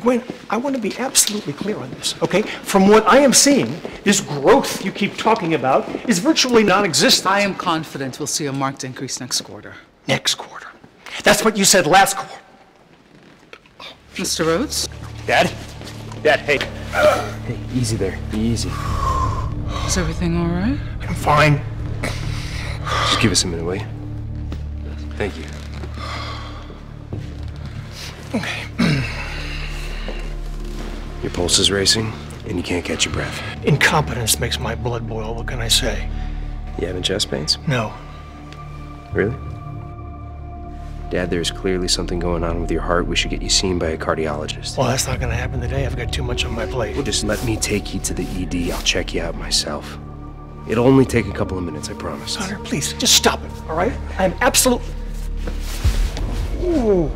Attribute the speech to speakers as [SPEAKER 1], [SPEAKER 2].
[SPEAKER 1] Gwen, I want to be absolutely clear on this, okay? From what I am seeing, this growth you keep talking about is virtually non-existent
[SPEAKER 2] I am confident we'll see a marked increase next quarter.
[SPEAKER 1] next quarter. That's what you said last quarter.
[SPEAKER 2] Mr. Rhodes?
[SPEAKER 1] Dad? Dad, hey.
[SPEAKER 3] Hey, easy there. Be easy.
[SPEAKER 2] Is everything all right?
[SPEAKER 1] I'm fine.
[SPEAKER 3] Just give us a minute, will you? Thank you. your pulse is racing, and you can't catch your breath.
[SPEAKER 1] Incompetence makes my blood boil, what can I say?
[SPEAKER 3] You having chest pains?
[SPEAKER 1] No.
[SPEAKER 3] Really? Dad, there's clearly something going on with your heart. We should get you seen by a cardiologist.
[SPEAKER 1] Well, that's not going to happen today. I've got too much on my plate.
[SPEAKER 3] Just let me take you to the ED. I'll check you out myself. It'll only take a couple of minutes, I promise.
[SPEAKER 1] Connor, please, just stop it, all right? I'm absolute. Ooh.